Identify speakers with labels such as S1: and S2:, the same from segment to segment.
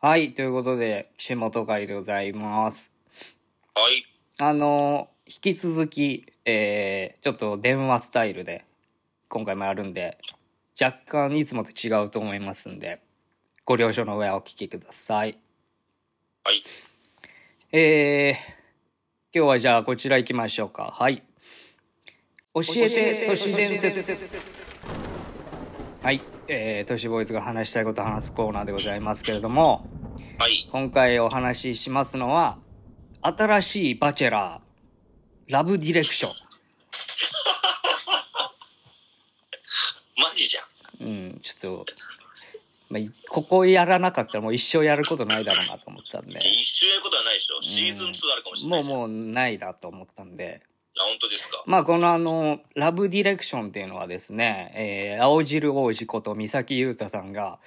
S1: はい、ということで、岸本会でございます。
S2: はい。
S1: あの、引き続き、えー、ちょっと電話スタイルで、今回もやるんで、若干いつもと違うと思いますんで、ご了承の上お聞きください。
S2: はい。
S1: えー、今日はじゃあこちら行きましょうか。はい。教えて都市伝説。はい。えー、都市ボーイズが話したいことを話すコーナーでございますけれども、
S2: はい。
S1: 今回お話ししますのは、新しいバチェラー、ラブディレクショ
S2: マジじゃん。
S1: ン。うん、ちょっと、まあ、いここやらなかったらもう一生やることないだろうなと思ってたんで、
S2: 一緒やることはないでしょ。シーズン2あるかもしれな
S1: もう
S2: いじゃん。うもう。
S1: もうないだと思ったんで、
S2: あ、本当ですか。
S1: まあこのあの、ラブディレクションっていうのはですね、えー青汁王子こと三崎優太さんが、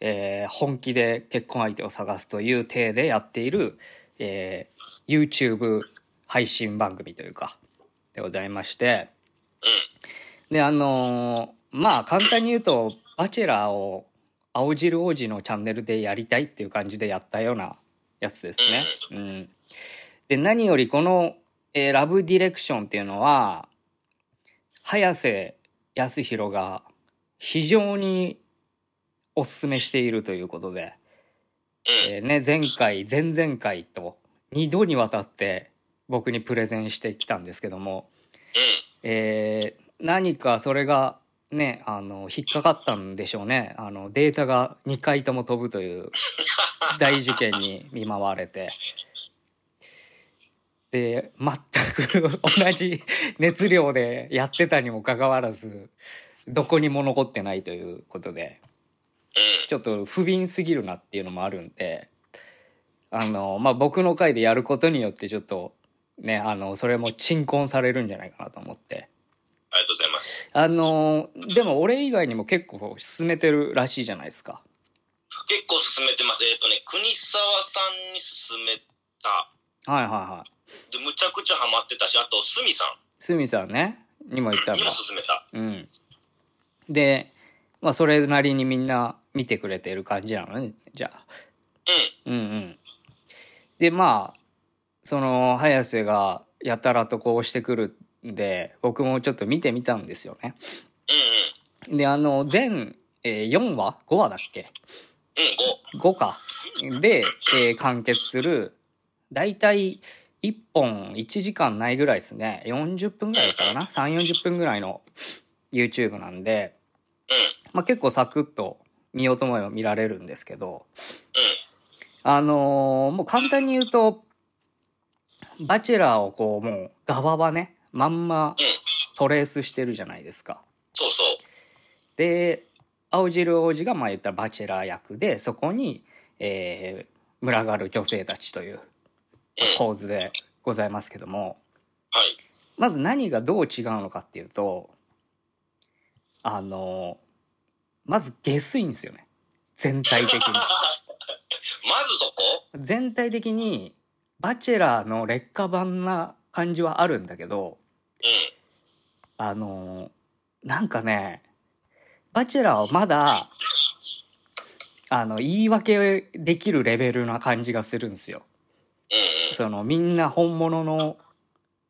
S1: えー本気で結婚相手を探すという体でやっている、えー YouTube 配信番組というか、でございまして、
S2: うん。
S1: で、あのーまあ簡単に言うと、バチェラーを青汁王子のチャンネルでやりたいっていう感じでやったようなやつですね。うん。で、何よりこの、えーラブディレクションっていうのは、早瀬康弘が非常におすすめしているということで、
S2: うん。
S1: えーね、前回、前々回と2度にわたって僕にプレゼンしてきたんですけども、
S2: うん。
S1: えー何かそれがねあの引っかかったんでしょうねあのデータが2回とも飛ぶという大事件に見舞われてで全く同じ熱量でやってたにもかかわらずどこにも残ってないということで
S2: うん。
S1: ちょっと不憫すぎるなっていうのもあるんであの、まあ、僕の回でやることによってちょっとねあのそれも鎮魂されるんじゃないかなと思って。
S2: ありがとうございます。
S1: あのーでも俺以外にも結構進めてるらしいじゃないですか。
S2: 結構進めてます。えっ、とね、国沢さんに進めた。
S1: はいはいはい。
S2: で、むちゃくちゃハマってたし、あと、すみさん
S1: スミさんね、にも言ったん
S2: に
S1: だ
S2: も。進めた。
S1: うん。で、まあそれなりにみんな見てくれてる感じなのね、じゃあ。
S2: うん。
S1: うんうん。で、まあ、その、早瀬がやたらとこうしてくるんで、僕もちょっと見てみたんですよね。
S2: うん
S1: で、あの、全、えー4話 ?5 話だっけ
S2: うん。うん、ご。
S1: 5か。で、えー完結する、だいたい1本1時間ないぐらいですね。40分ぐらいだったかな ?3、40分ぐらいの YouTube なんで、
S2: うん。
S1: まあ、結構サクッと見ようと思えば見られるんですけど、
S2: うん。
S1: あのーもう簡単に言うと、バチェラーをこう、もう側はね、まんま
S2: うん。
S1: トレースしてるじゃないですか。
S2: そうそう。
S1: で青汁王子がまあ言ったらバチェラー役でそこに、えー群がる女性たちという
S2: うん。
S1: 構図でございますけども
S2: はい。
S1: まず何がどう違うのかっていうとあのまず下水んですよね全体的に
S2: まずそこ
S1: 全体的にバチェラーの劣化版な感じはあるんだけど
S2: うん。
S1: あのーなんかね、バチェラーはまだ、あの、言い訳できるレベルな感じがするんですよ。
S2: うんうん。
S1: その、みんな本物の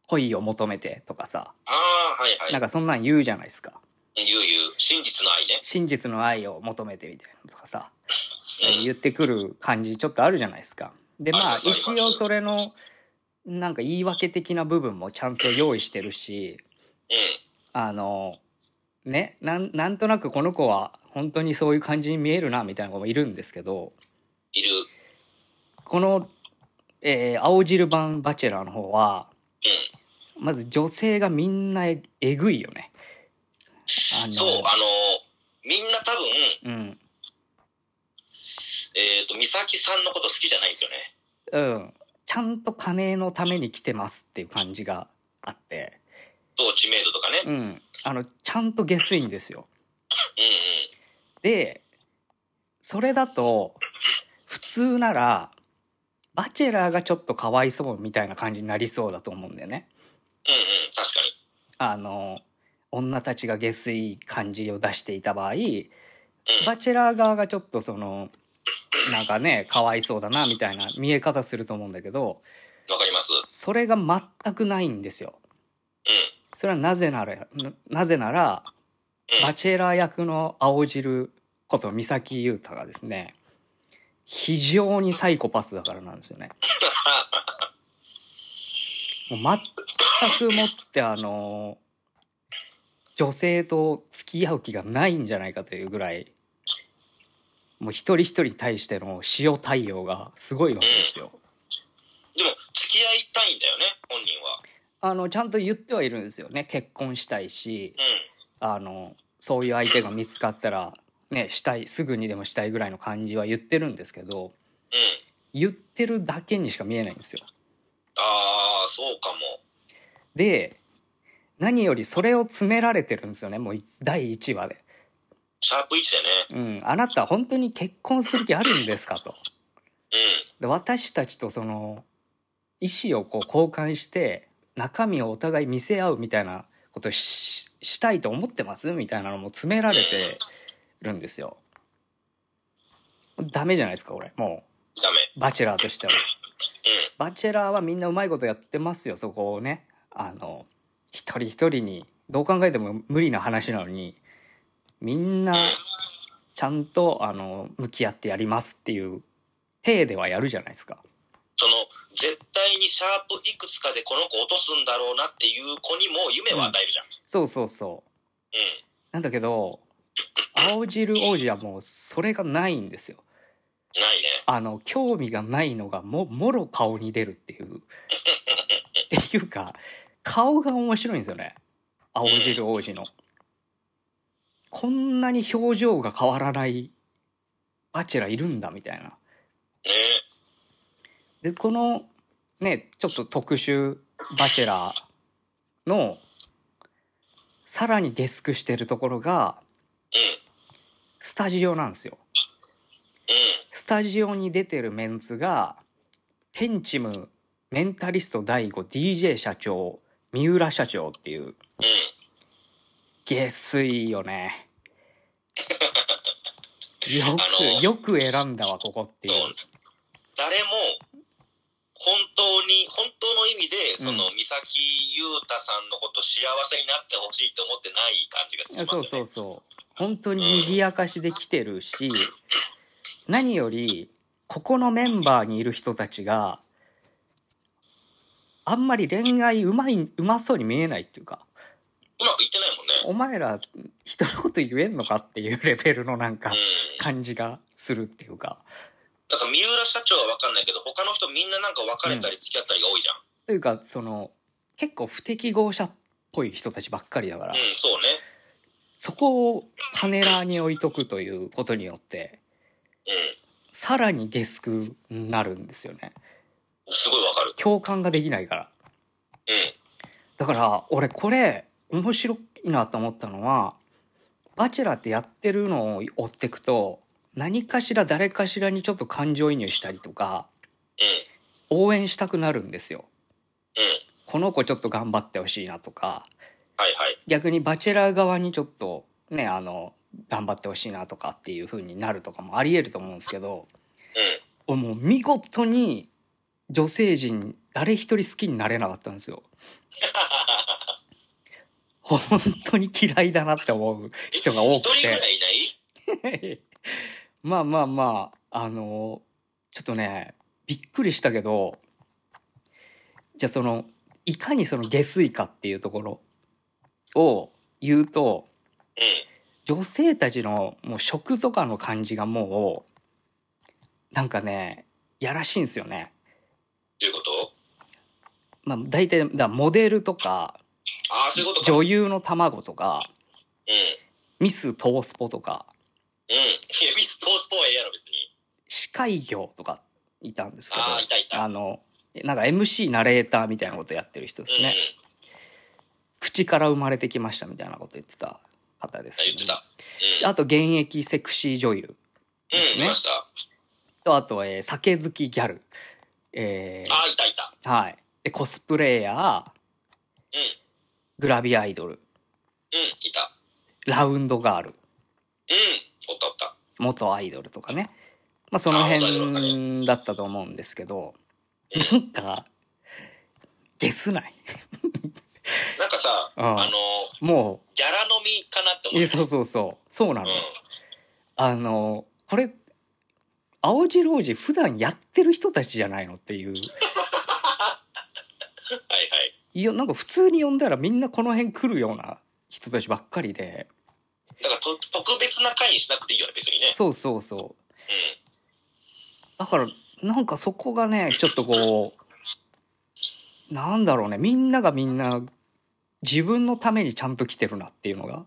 S1: 恋を求めてとかさ、
S2: ああ、はいはい。
S1: なんかそんなん言うじゃないですか。
S2: ゆうゆう。真実の愛ね。
S1: 真実の愛を求めてみたいなのとかさ、
S2: うん。
S1: 言ってくる感じちょっとあるじゃないですか。で、まあ、
S2: ありますあります
S1: 一応それの、なんか言い訳的な部分もちゃんと用意してるし、
S2: うん。
S1: あのねなんなんとなくこの子は本当にそういう感じに見えるなみたいな子もいるんですけど
S2: いる。
S1: この、えー青汁版「バチェラー」の方は
S2: うん。
S1: まず女性がみんなええぐいよね。あの
S2: そう、あのみんな多分、
S1: うん
S2: えっ、と、美咲さんのこと好きじゃないんですよね。
S1: うん、ちゃんと金のために来てますっていう感じがあって、
S2: そう、知名度とかね。うん
S1: う
S2: うん。
S1: ん、あのちゃんと下水んですよ。でそれだと普通ならバチェラーがちょっとかわいそうみたいな感じになりそうだと思うんだよね。
S2: うんうん。確かに。
S1: あの女たちが下水感じを出していた場合
S2: うん。
S1: バチェラー側がちょっとそのなんかね、かわいそうだな、みたいな見え方すると思うんだけど、
S2: わかります。
S1: それが全くないんですよ。
S2: う
S1: それはなぜなら、ななぜなら、
S2: ん。うん。
S1: バチェラー役の青汁こと三崎優太がですね、非常にサイコパスだからなんですよね。もう全くもってあの、女性と付き合う気がないんじゃないかというぐらい、もう一人一人に対しての塩対応がすごいわけですよ。
S2: でも、付き合いたいんだよね、本人は。
S1: あの、ちゃんと言ってはいるんですよね。結婚したいし、
S2: うん。
S1: あのそういう相手が見つかったらねしたいすぐにでもしたいぐらいの感じは言ってるんですけど
S2: うん。
S1: 言ってるだけにしか見えないんですよ。
S2: ああ、そうかも。
S1: で何よりそれを詰められてるんですよねもう第1話で。
S2: シャープ1でね。
S1: うん、あなた本当に結婚する気あるんですかと。
S2: うん。
S1: で私たちとその意思をこう交換して中身をお互い見せ合うみたいなことししたいと思ってますみたいなのも詰められてるんですよ。ダメじゃないですかこれも
S2: ダメ。
S1: うバチェラーとしては。
S2: うん。
S1: バチェラーはみんなうまいことやってますよそこをね。あの一人一人にどう考えても無理な話なのにみんなちゃんとあの向き合ってやりますっていう体ではやるじゃないですか。
S2: その、絶対にシャープいくつかでこの子落とすんだろうなっていう子にも夢を与えるじゃん。
S1: そうそうそう。
S2: うん。
S1: なんだけど、青汁王子はもうそれがないんですよ。
S2: ないね。
S1: あの、興味がないのがも、もろ顔に出るっていう。 っていうか、顔が面白いんですよね。青汁王子の。こんなに表情が変わらないバチェラいるんだみたいな。
S2: ね
S1: で、この、ね、ちょっと特殊バチェラーの、さらにデスクしてるところが、
S2: うん。
S1: スタジオなんですよ。
S2: うん。
S1: スタジオに出てるメンツが、テンチム、メンタリスト第5、DJ 社長、三浦社長っていう、
S2: うん。
S1: 下水よ ね。よ
S2: あの
S1: く、よく選んだわ、ここっていう。
S2: 誰も本当に本当の意味でその、
S1: う
S2: 美咲優太さんのこと幸せになってほしいと思ってない感じがし
S1: い
S2: ま
S1: や
S2: す
S1: そう
S2: よね。
S1: そううそう。本当に賑やかしで来てるし、何より、ここのメンバーにいる人たちが、あんまり恋愛うまい、うまそうに見えないっていうか。
S2: まくいってないもんね。
S1: お前ら人のこと言えんのかっていうレベルのなんか
S2: うん、
S1: 感じがするっていうか。
S2: だから三浦社長は分かんないけど他の人みんななんか別れたり付き合ったりが多いじゃん。
S1: というか、その、結構不適合者っぽい人たちばっかりだから、
S2: うん、そうね。
S1: そこをパネラーに置いとくということによって、
S2: う
S1: さらにゲスくなるんですよね。
S2: ん、すごい分かる。
S1: 共感ができないから。
S2: うん、
S1: だから、俺これ、面白いなと思ったのは、バチェラーってやってるのを追ってくと、何かしら誰かしらにちょっと感情移入したりとか、
S2: うん、
S1: 応援したくなるんですよ。
S2: うん、
S1: この子ちょっと頑張ってほしいなとか、
S2: はいはい。
S1: 逆にバチェラー側にちょっとね、あの、頑張ってほしいなとかっていう風になるとかもあり得ると思うんですけど、
S2: うん、
S1: もう見事に女性陣誰一人好きになれなかったんですよ。本当に嫌いだなって思う人が多
S2: 一
S1: く
S2: 人ぐらいいない
S1: て。まあまあまあ、あの、ちょっとね、びっくりしたけど、じゃあその、いかにその下水かっていうところを言うと、女性たちのもう食とかの感じがもうなんかねやらしいんですよね。
S2: うん、どういうこと
S1: まあ、大体だからモデルとか
S2: ああ、そういうことか。うん、
S1: 女優の卵とか
S2: うん。
S1: ミストースポとか
S2: いや、ミストースポはええやろ、別に。
S1: 司会業とかいたんですけど
S2: ああ、いたいた。
S1: あのなんか MC ナレーターみたいなことやってる人ですね、
S2: うん。
S1: 口から生まれてきましたみたいなこと言ってた方です、
S2: あ言ってた。うん。
S1: あと現役セクシー女優
S2: うん、いました。
S1: とあと、えー酒好きギャル、えー
S2: あー、いたいた。
S1: はい。で、コスプレイヤー、
S2: うん、
S1: グラビアアイドル、
S2: うん、いた。
S1: ラウンドガール、
S2: うん、おったおった。
S1: 元アイドルとかね。まあその辺だったと思うんですけど、なんか、ゲスない。
S2: なんかさ、
S1: うん
S2: あの、
S1: も
S2: ギャラ飲みかなって
S1: う、
S2: 思
S1: い
S2: っ
S1: や
S2: て。
S1: そうそうそう、そうな
S2: う
S1: の
S2: ん。。
S1: あの、これ、青白王子普段やってる人たちじゃないのっていう。
S2: はいはい。
S1: いや、なんか普通に呼んだらみんなこの辺来るような人たちばっかりで。
S2: だからと、特別な会にしなくていいよね、別にね。
S1: そうそうそう。
S2: うん。
S1: だからなんかそこがねちょっとこうなんだろうねみんながみんな自分のためにちゃんと来てるなっていうのが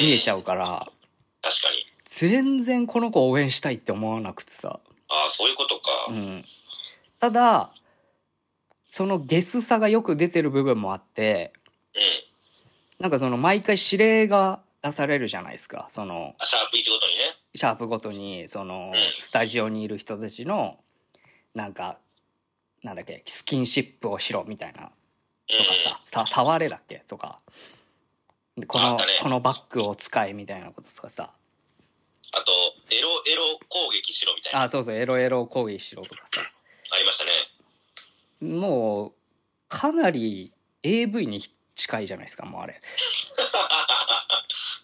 S1: 見えち
S2: ゃう
S1: ゃうから
S2: ん。確かに。
S1: 全然この子応援したいって思わなくてさ、
S2: ああ、そういうことか。
S1: う
S2: うん。
S1: ん、ただそのゲスさがよく出てる部分もあってなんかその毎回指令が出されるじゃないですかその
S2: あシャープ1ごとにね。
S1: シャープごとにその
S2: うん
S1: スタジオにいる人たちのなんかなんだっけスキンシップをしろみたいな
S2: うん。
S1: とかさ「さ触れ」だっけとかでこ
S2: あっ
S1: の、
S2: たね
S1: このバッグを使えみたいなこととかさ
S2: あと、エロエロ攻撃しろみたいな。あ
S1: あそうそうエロエロ攻撃しろとかさ
S2: りましたね。
S1: もうかなり AV に近いじゃないですかもうあれ。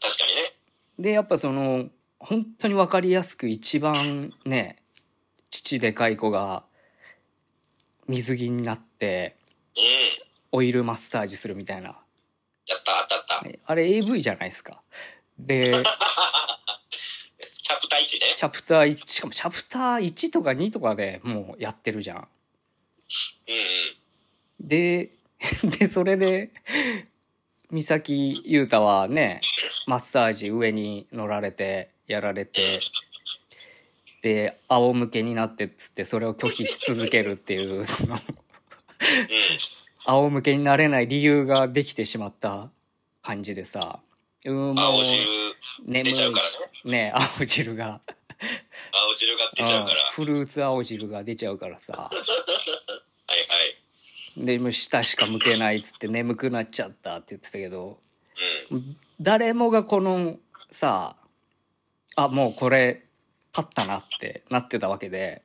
S2: 確かにね。
S1: でやっぱその本当に分かりやすく一番ね父でかい子が水着になって
S2: うん。
S1: オイルマッサージするみたいな
S2: やった、あった、あった。
S1: あれ AV じゃないですか。で
S2: チャプター1ね。
S1: チャプター1しかもチャプター1とか2とかでもうやってるじゃん。
S2: うんうん。
S1: で、 で、それで、三崎優太はね、マッサージ上に乗られて、やられて、で、仰向けになってっつって、それを拒否し続けるっていう、その、
S2: うん。
S1: 仰向けになれない理由ができてしまった感じでさ、うん、もう、
S2: 青汁
S1: 眠
S2: 出ちゃうからね。
S1: い、ね、青汁が、
S2: 青汁が出ちゃうから。
S1: うんフルーツ青汁が出ちゃうからさ、
S2: はいはい。
S1: で、もう舌しか向けないっつって眠くなっちゃったって言ってたけど、
S2: うん。
S1: 誰もがこのさあもうこれ勝ったなってなってたわけで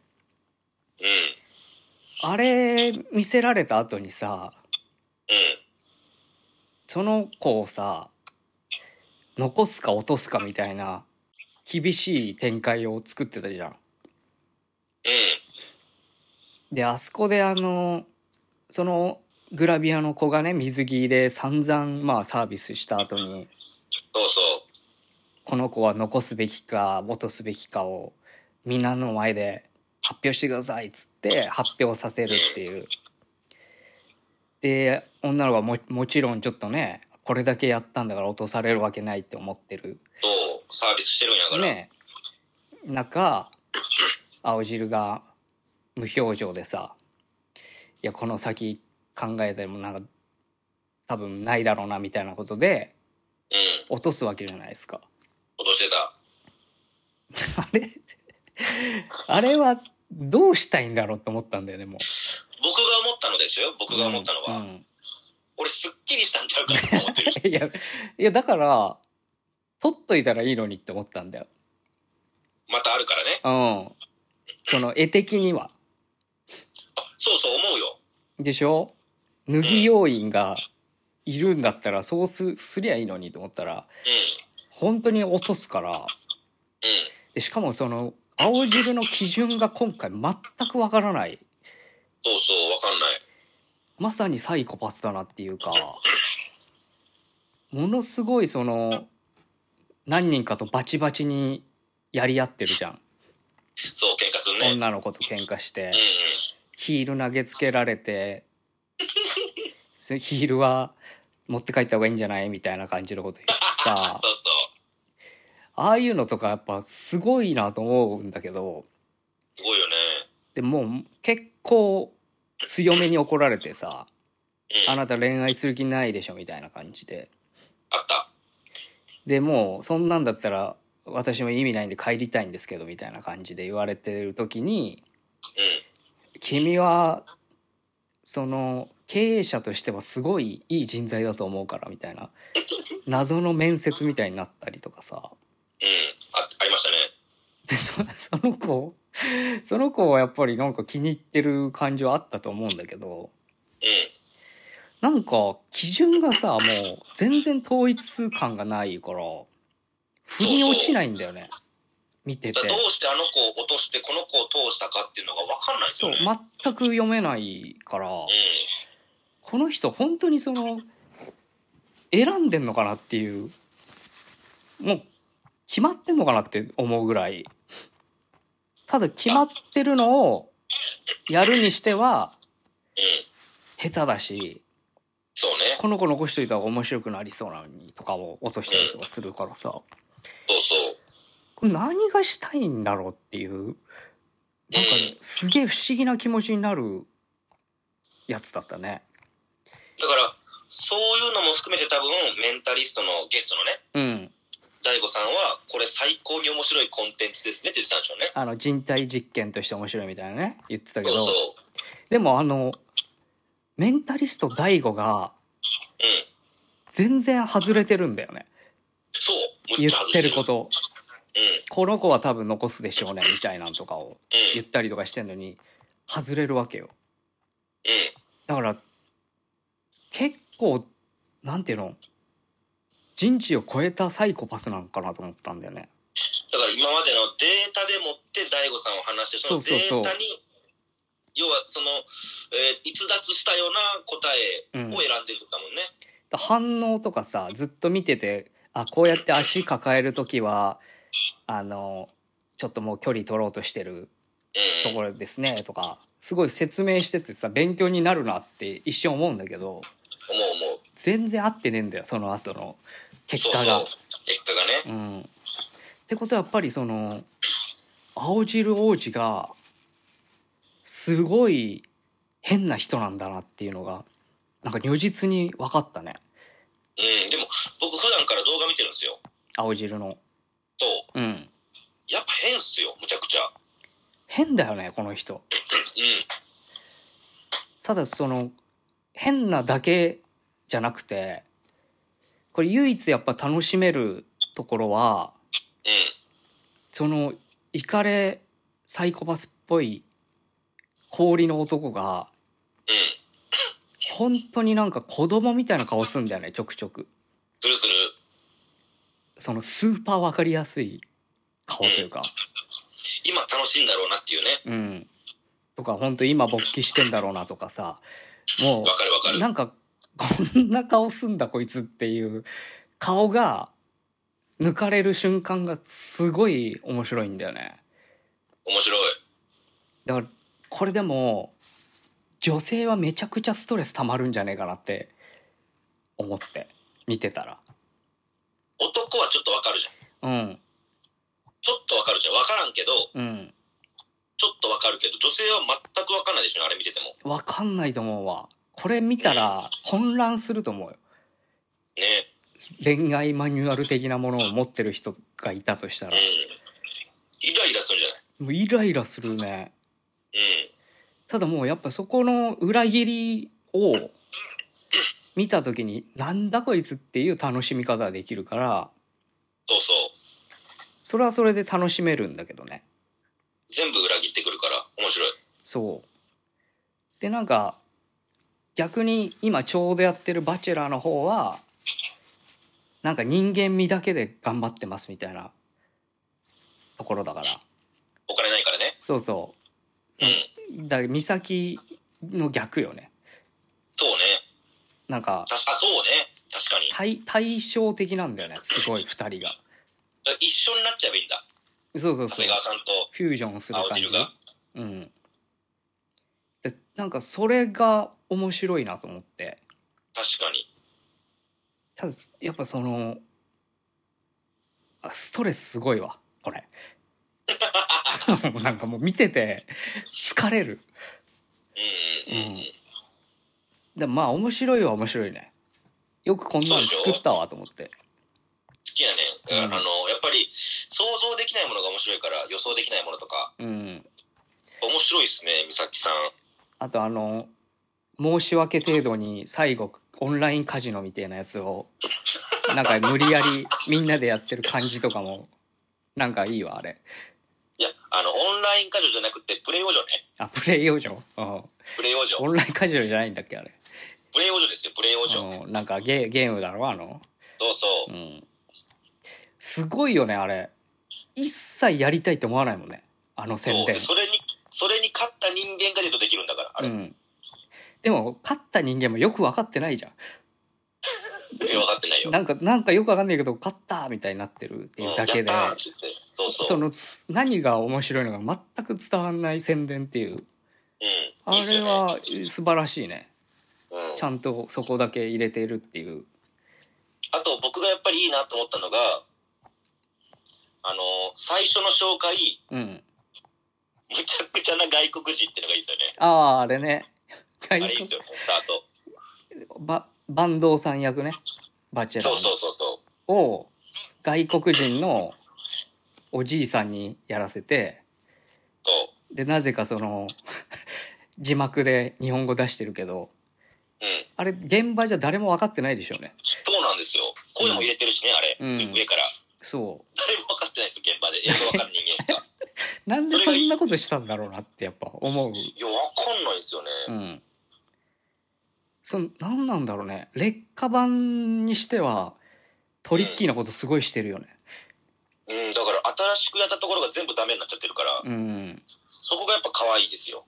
S2: うん。
S1: あれ見せられた後にさ
S2: うん。
S1: その子をさ残すか落とすかみたいな厳しい展開を作ってたじゃん。
S2: うん。
S1: であそこであのそのグラビアの子がね水着で散々まあサービスした後に
S2: そうそう。
S1: この子は残すべきか落とすべきかをみんなの前で発表してくださいっつって発表させるっていう。で女の子はももちろんちょっとねこれだけやったんだから落とされるわけないって思ってる
S2: そう。サービスしてるんやから。
S1: ね中青汁が無表情でさ「いやこの先考えてもなんか多分ないだろうな」みたいなことで
S2: うん。
S1: 落とすわけじゃないですか。
S2: 落としてた。
S1: あれあれはどうしたいんだろうと思ったんだよね、もう。
S2: 僕が思ったのですよ。僕が思ったのは。
S1: うん
S2: 俺、すっきりしたんちゃうかなと思ってる。
S1: うんいや、いや、だから、取っといたらいいのにって思ったんだよ。
S2: またあるからね。
S1: うん。その、絵的には。
S2: あそうそう、思うよ。
S1: でしょ脱ぎ要員がいるんだったら、そうす、すりゃいいのにと思ったら、
S2: う
S1: 本当に落とすから、
S2: ん。うん。
S1: でしかもその、青汁の基準が今回全くわからない。
S2: そうそう、わかんない。
S1: まさにサイコパスだなっていうかものすごいその何人かとバチバチにやり合ってるじゃん
S2: そう、喧嘩するね。うんうん。
S1: 女の子と喧嘩してヒール投げつけられて そヒールは持って帰った方がいいんじゃないみたいな感じのこと言ってさ
S2: そうそう。
S1: ああいうのとかやっぱすごいなと思うんだけど
S2: すごいよね。
S1: でもう結構強めに怒られてさ「
S2: うん。
S1: あ
S2: あ
S1: なた恋愛する気ないでしょ」みたいな感じで。
S2: った。
S1: でもうそんなんだったら私も意味ないんで帰りたいんですけどみたいな感じで言われてる時に
S2: うん。
S1: 君はその経営者としてはすごいいい人材だと思うからみたいな謎の面接みたいになったりとかさ
S2: うん。あ、ありましたね。
S1: でそその子その子はやっぱりなんか気に入ってる感じはあったと思うんだけど、
S2: うん。
S1: なんか基準がさ、もう全然統一感がないから、腑に落ちないんだよね。見てて
S2: だ。からどうしてあの子を落としてこの子を通したかっていうのが分かんないです
S1: そ
S2: よ
S1: う
S2: ね。、うん。
S1: 全く読めないから、この人本当にその、選んでんのかなっていう、もう決まってんのかなって思うぐらい。ただ決まってるのをやるにしては
S2: うん。
S1: 下手だし、
S2: そうね。
S1: この子残しといた方が面白くなりそうなのにとかを落としたりとかするからさ、
S2: そうそう。
S1: これ何がしたいんだろうっていう、なんかね、すげえ不思議な気持ちになるやつだったね。
S2: だから、そういうのも含めて多分、メンタリストのゲストのね、
S1: うん。
S2: 大悟さんは、これ最高に面白いコンテンツですねって言ってたんでしょうね。
S1: あの人体実験として面白いみたいなね、言ってたけ
S2: そう
S1: ど、
S2: そう。
S1: でもあの、メンタリスト大悟が
S2: うん。
S1: 全然外れてるんだよね。
S2: そう。む
S1: 言
S2: っ
S1: っ
S2: ちゃ外して
S1: る
S2: てる
S1: こと。
S2: うん。うん。
S1: この子は多分残すでしょうね、みたいなんとかを言ったりとかしてんのに、外れるわけよ。
S2: うん。
S1: だから結構なんていうの人知を超えたサイコパスなんかなと思ったんだよね
S2: だから今までのデータでもって大悟さんを話してその
S1: そう
S2: デ
S1: そうそう
S2: ータに要はその、えー逸脱したような答えを選んでるんだもんね、
S1: 反応とかさずっと見ててあこうやって足抱える時はあのちょっともう距離取ろうとしてると
S2: うん
S1: ころですねとかすごい説明しててさ勉強になるなって一瞬思うんだけど
S2: 思う思う
S1: 全然合ってねえんだよその後の結
S2: そう
S1: 果
S2: そ
S1: が
S2: う。結果がね
S1: うん、ってことはやっぱりその青汁王子がすごい変な人なんだなっていうのがなんか如実に分かったね
S2: うんでも僕普段から動画見てるんですよ
S1: 青汁の
S2: と
S1: うん
S2: やっぱ変っすよむちゃくちゃ
S1: 変だよねこの人
S2: うん
S1: ただその変なだけじゃなくてこれ唯一やっぱ楽しめるところは
S2: うん
S1: そのイカれサイコパスっぽい氷の男が
S2: うん
S1: 本当になんか子供みたいな顔すんだよねちょくちょく
S2: するする
S1: そのスーパーわかりやすい顔というか
S2: 今楽しいんだろうなっていうね
S1: うんとか本当今勃起してんだろうなとかさも
S2: わかるわか
S1: う
S2: る
S1: なんかこんな顔すんだこいつっていう顔が抜かれる瞬間がすごい面白いんだよね
S2: 面白い
S1: だからこれでも女性はめちゃくちゃストレス溜まるんじゃねえかなって思って見てたら
S2: 男はちょっとわかるじゃん
S1: うん
S2: ちょっとわかるじゃんわからんけど
S1: うん
S2: ちょっとわかるけど女性は全くわかんないでしょあれ見てても
S1: わかんないと思うわ。これ見たら混乱すると思うよ。
S2: ね
S1: 恋愛マニュアル的なものを持ってる人がいたとしたら
S2: うん。イライラするんじゃ
S1: もうイライラするね。
S2: ない
S1: ただもうやっぱそこの裏切りを見た時になんだこいつっていう楽しみ方ができるから、
S2: うん。そうそう。
S1: それはそれで楽しめるんだけどね。
S2: 全部裏切ってくるから、面白い。
S1: そう。でなんか逆に今ちょうどやってる「バチェラー」の方はなんか人間味だけで頑張ってますみたいなところだから
S2: お金ないからね。
S1: そうそ
S2: うん。
S1: うだから美咲の逆よね
S2: そうね。
S1: なんか
S2: たしあ、そうね。確かに。だか
S1: 対対照的なんだよねすごい2人が
S2: ら一緒になっちゃえばいいんだ。
S1: そうそう
S2: 長
S1: そう
S2: 谷川さんと
S1: フュージョンする
S2: 青
S1: 感じ
S2: 汁が。
S1: うんでなんかそれが面白いなと思って
S2: 確かに。
S1: ただやっぱそのあストレスすごいわ俺もうなんかもう見てて疲れる
S2: うんうんうん。
S1: うんでもまあ面白いは面白いねよくこんなの作ったわと思って
S2: 好きやね、
S1: うん
S2: あの、やっぱり、想像できないものが面白いから、予想できないものとか。
S1: うん
S2: 面白いっすね、美咲さん。
S1: あとあの申し訳程度に最後オンラインカジノみたいなやつをなんか無理やりみんなでやってる感じとかもなんかいいわあれ
S2: いや、あの、オンライン過剰じゃなくて、プレイ王女ね。
S1: あ、プレイ養女うん
S2: プレイ王女。
S1: オンラインカジュアルじゃないんだっけ、あれ。
S2: プレイ王女ですよ、プレイ王女。
S1: うんなんかゲゲームだろ、あの。
S2: そうそうう。
S1: ん。すごいよね、あれ。一切やりたいって思わないもんね。あの
S2: そ
S1: 宣
S2: う
S1: 伝
S2: で。それに、それに勝った人間がデートできるんだから、あ
S1: う
S2: れ。
S1: ん。でも、勝った人間もよく分かってないじゃん。
S2: 分かってないよ。
S1: なんか、なんかよくわかんないけど、勝ったみたいになってるっていうだけで
S2: うん、やったーって言って。そうそう。
S1: その、つ何が面白いのが全く伝わんない宣伝っていう。
S2: う
S1: あ
S2: ん。いいっす
S1: れ
S2: よね。
S1: は素晴らしいね。
S2: うん
S1: ちゃんとそこだけ入れてるっていう。
S2: あと僕がやっぱりいいなと思ったのが、あの、最初の紹介、
S1: うん。
S2: むちゃくちゃな外国人っていうのがいいですよね。
S1: ああ、あれね。
S2: あ
S1: 外
S2: れいいっすよね、スタート。
S1: ババンドさん役ね。バチェラ
S2: そうそ
S1: ー
S2: うそうそう。
S1: を外国人のおじいさんにやらせて、
S2: と、
S1: で、なぜかその、 字幕で日本語出してるけど、
S2: うん。
S1: あれ現場じゃ誰も分かってないでしょうね。
S2: そうなんですよ。声も入れてるしね、あれ。
S1: うん
S2: 上から。
S1: そ
S2: 誰も分かってないですよ、現場で。映像分かる人間 が。
S1: う。なんでそんなことしたんだろうなってやっぱ思う。
S2: いや、分かんないですよね。
S1: うん。その、なんなんだろうね。劣化版にしては、トリッキーなことすごいしてるよね。
S2: うん、だから新しくやったところが全部ダメになっちゃってるから、
S1: うん。
S2: そこがやっぱ可愛いですよ。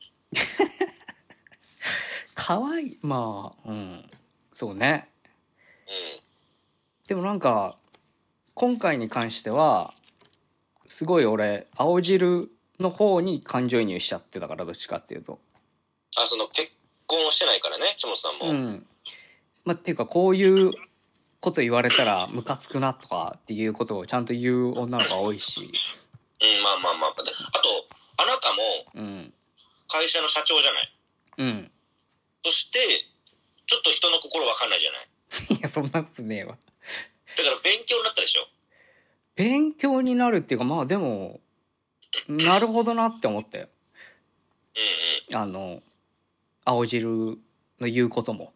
S1: かわいい。まあ、うん。そうね。
S2: うん。
S1: でもなんか今回に関してはすごい俺青汁の方に感情移入しちゃってたからどっちかっていうと。
S2: あ、その、結婚してないからね、千本さんも。
S1: う
S2: うん。
S1: ん、まあっていうかこういうこと言われたらムカつくなとかっていうことをちゃんと言う女の子が多いし、
S2: まあまあまあ。あと、あなたも
S1: うん
S2: 会社の社長じゃない。
S1: うん、
S2: そして、ちょっと人の心分かんないじゃない。
S1: いやそんなことねえわ。
S2: だから勉強になったでしょ。
S1: 勉強になるっていうかまあでもなるほどなって思ったよ
S2: うんうん。
S1: あの青汁の言うことも。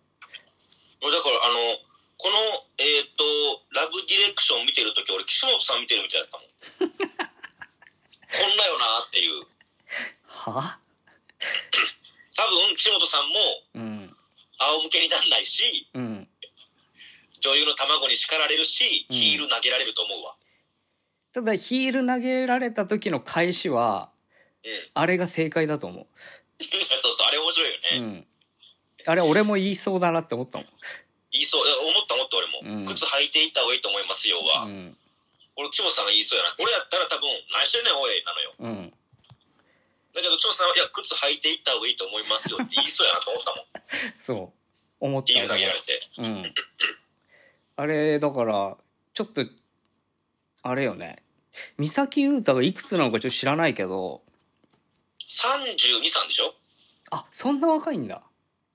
S2: もうだからあのこのえっ、とラブディレクション見てるとき俺岸本さん見てるみたいだったもん こんなよなっていう
S1: は
S2: 多分岸本さんも
S1: うん
S2: 仰向けになんないし
S1: うん
S2: 女優の卵に叱られるし
S1: うん
S2: ヒール投げられると思うわ、
S1: ただヒール投げられた時の返しは
S2: うん
S1: あれが正解だと思
S2: そうそうあれ面白いよ
S1: う、う
S2: ね、
S1: ん、あれ俺も言いそうだなって思ったも
S2: 言いそういや思った思った俺も、
S1: うん
S2: 靴履いていった方がいいと思いますよは、
S1: ん、うん
S2: 俺岸本さんが言いそうやな俺やったら多分何してんねんおいなのよ
S1: うん、
S2: だけど岸本さんはいや靴履いていった方がいいと思いますよって言いそうやなと思っ たもん
S1: そう思っ
S2: ヒ
S1: た
S2: ール投げられて
S1: うん、あれだからちょっとあれよね三崎優太がいくつなのかちょっと知らないけど
S2: 32歳でしょ
S1: あそんな若いんだ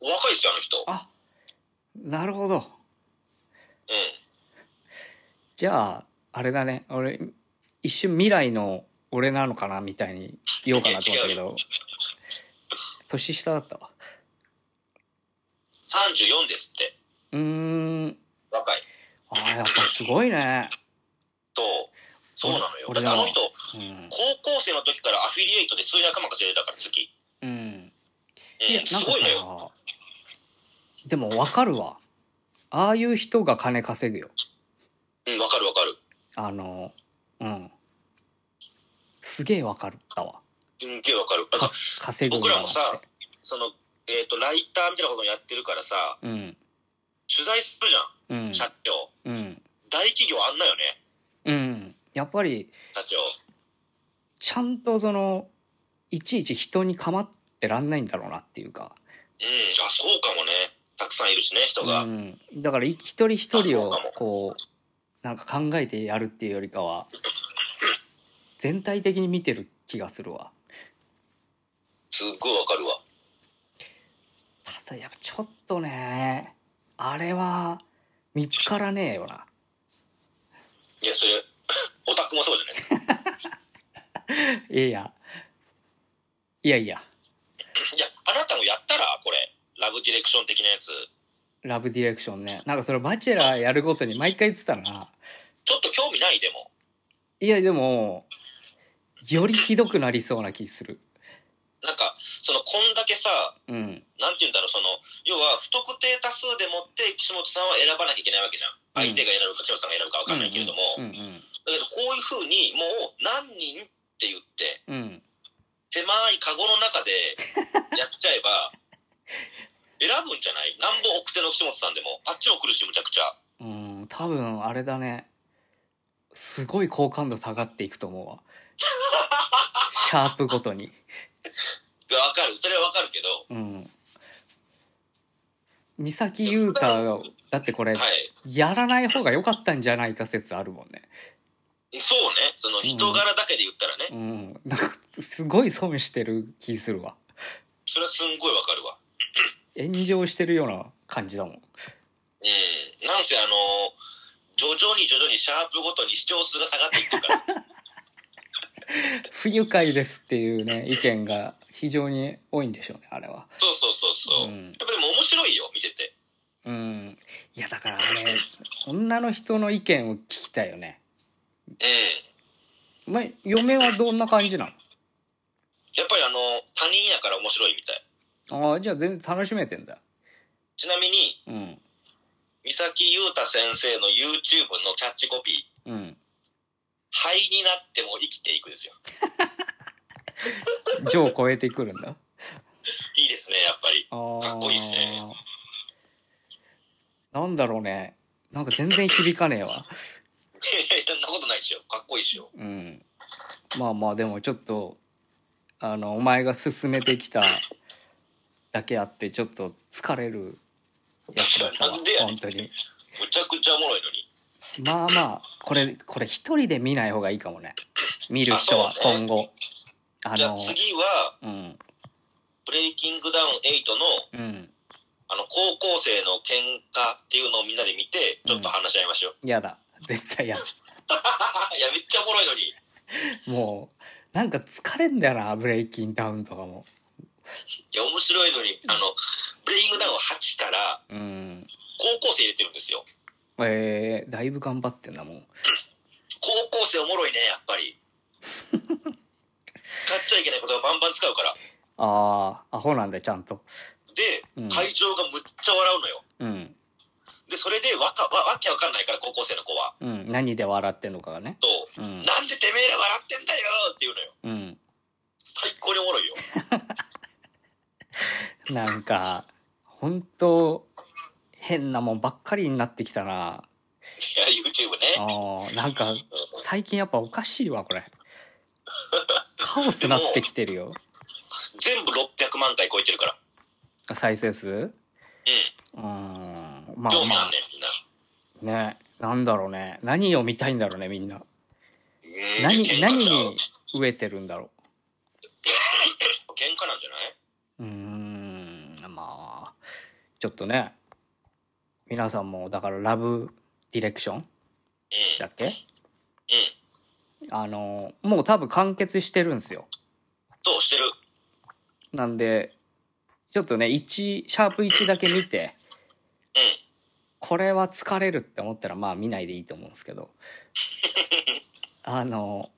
S2: 若いですよあの人
S1: あなるほど
S2: うん
S1: じゃああれだね俺一瞬未来の俺なのかなみたいに言おうかなと思ったけど年下だったわ
S2: 34ですって
S1: うーん
S2: 若い
S1: あーやっぱすごいね、
S2: そうそうなのよ
S1: 俺
S2: だってあの人
S1: うん
S2: 高校生の時からアフィリエイトで数仲間が連れてたから月
S1: うん、いや
S2: うん
S1: なん
S2: す
S1: か
S2: ごいのよ
S1: さでもわかるわああいう人が金稼ぐよ
S2: うんわかるわかる
S1: あのうんすげえわかったわ
S2: すんげえわかるだ
S1: か
S2: から
S1: 稼ぐん
S2: 僕
S1: だな
S2: ら
S1: って
S2: もさそのえっ、とライターみたいなことをやってるからさ
S1: うん
S2: 取材するじゃん
S1: うん
S2: 社長
S1: うん
S2: 大企業あんなよね
S1: うんやっぱり
S2: 社長
S1: ちゃんとそのいちいち人に構ってらんないんだろうなっていうか、
S2: うんあそうかもねたくさんいるしね人
S1: う
S2: が、
S1: ん、だからい一人一人
S2: あそう
S1: を
S2: かも
S1: こうなんか考えてやるっていうよりかは全体的に見てる気がするわ
S2: すっごいわかるわ
S1: ただやっぱちょっとねあれは見つからねえよない
S2: やそれ オタクもそうじゃない ですか
S1: いやいやいやいや
S2: いやあなたもやったらこれラブディレクション的なやつ
S1: ラブディレクションねなんかそれバチェラーやるごとに毎回言ってたな
S2: ちょっと興味ないでも
S1: いやでもよりひどくなりそうな気する。
S2: なんか、その、こんだけさ、
S1: うん。
S2: なんて言うんだろう、その、要は、不特定多数でもって、岸本さんは選ばなきゃいけないわけじゃん。相手が選ぶか、岸本さんが選ぶかわかんないけれども、
S1: うん
S2: だけど、こういうふうに、もう、何人って言って、
S1: うん。うん。
S2: 狭いカゴの中で、やっちゃ えば、選ぶんじゃないなんぼ奥手の岸本さんでも、あっちも来るし、むちゃくちゃ。
S1: うん、うん多分あれだね。すごい好感度下がっていくと思う わ。シャープごとに。
S2: わかる、それはわかるけど、
S1: うん。三崎優太が、だってこれ、
S2: はい。
S1: やらない方が良かったんじゃないか説あるもんね。
S2: そうね、その人柄だけで言ったらね、
S1: うん。なんか、すごい損してる気するわ。
S2: それはすんごいわかるわ。
S1: 炎上してるような感じだもん。
S2: うん。なんせあの、徐々に徐々にシャープごとに視聴数が下がっていってる から。
S1: 不愉快ですっていうね、意見が非常に多いんでしょうね、あれは。
S2: そうそうそうそう。
S1: うん
S2: やっぱでも面白いよ、見てて。
S1: うん。いや、だからあれ、女の人の意見を聞きたいよね。
S2: うん。
S1: まあ、嫁はどんな感じな
S2: やっぱりあの、他人やから面白いみたい。
S1: のああ、じゃあ全然楽しめてんだ。
S2: ちなみに、
S1: うん。
S2: 三崎優太先生の YouTube のキャッチコピー、
S1: うん。
S2: 灰になっても生きていくですよ。
S1: 情を超えてくるんだ。
S2: いいですね、やっぱり。
S1: ああ
S2: かっこいいっすね。
S1: なんだろうね。なんか全然響かねえわ。
S2: いやいやそんなことないっしょ。かっこいいっしょ。
S1: うん。まあまあ、でもちょっと、あの、お前が勧めてきただけあって、ちょっと疲れるやつだったわ
S2: なんでや、ねん
S1: 本当に。
S2: むちゃくちゃおもろいのに。
S1: まあまあ、これ、これ一人で見ない方がいいかもね。見る人は
S2: あそう
S1: 今
S2: ね
S1: 後。あ
S2: じゃあ
S1: の、
S2: 次は、
S1: うん、
S2: ブレイキングダウン8の、
S1: うん、
S2: あの、高校生の喧嘩っていうのをみんなで見て、ちょっと話し合いましょう。
S1: やだ。絶対やだ。
S2: いや、めっちゃおもろいのに。い
S1: もう、なんか疲れんだよな、ブレイキンダウンとかも。
S2: や、面白いのに、あの、ブレイキングダウン8から
S1: うん。
S2: 高校生入れてるんですよ。
S1: えー、だいぶ頑張ってんだもん。
S2: 高校生おもろいね、やっ ぱり。使っちゃいけないことはバンバン使うから。
S1: ああ、アホなんだよ、ちゃんと。
S2: で
S1: うん、
S2: 会場がむっちゃ笑うのよ。
S1: うん、
S2: で、それでわか、わ、わけわかんないから、高校生の子は。
S1: うん、何で笑ってんのかがね。
S2: と、
S1: うん、
S2: なんでてめえら笑ってんだよって言うのよ。
S1: うん。
S2: 最高におもろいよ。
S1: なんか、本当変なもんばっかりになってきたな。
S2: いや、YouTube ね。
S1: ああ、なんか、最近やっぱおかしいわ、これ。カオスなってきてるよ。
S2: 全部600万回超えてるから。
S1: 再生数
S2: うん。
S1: うーん。まあ
S2: 興味あ
S1: ま
S2: んねん、みんな。
S1: あ。ね。なんだろうね。何を見たいんだろうね、みんな。
S2: うん
S1: 何、
S2: 喧嘩
S1: 何
S2: ちゃう
S1: に飢えてるんだろ。
S2: 喧嘩なんじゃないう
S1: うーん。まあ、ちょっとね。皆さんも、だから、ラブディレクション
S2: うん。
S1: だっけ
S2: うん。
S1: あの、もう多分完結してるんですよ。
S2: そうしてる。
S1: なんで、ちょっとね、1、シャープ1だけ見て、
S2: うん。
S1: これは疲れるって思ったらまあ見ないでいいと思うんですけ どあの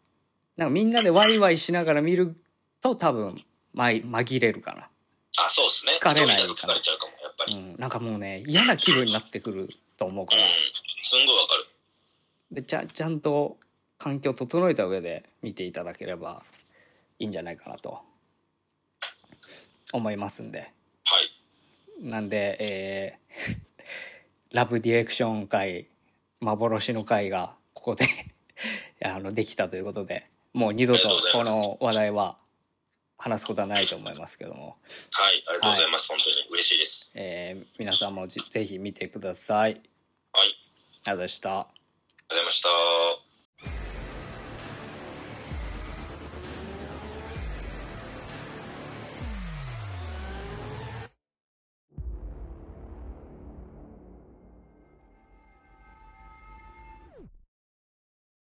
S1: なんかみんなでワイワイしながら見ると多分まい紛れるか
S2: あ、そうですね。
S1: 疲れない
S2: 一人だと疲れちゃうかも、やっぱ
S1: な、
S2: り。
S1: うん、なんかもうね嫌な気分になってくると思うか
S2: う
S1: ら
S2: ん。すんごいわかる。
S1: でちゃちゃんと環境整えた上で見ていただければいいんじゃないかなと思いますんで
S2: はい。
S1: なんでえー ラブディレクション会幻の会がここで あのできたということでもう二度と
S2: ありがと
S1: こ
S2: うござ
S1: の話題
S2: います
S1: は話すことはないと思いますけども、
S2: はい。ありがとうございます。本当に嬉しいです。
S1: えー皆さんもぜぜひ見てください。
S2: はい。あ
S1: あ
S2: り
S1: りがとうございました。
S2: がとうございました。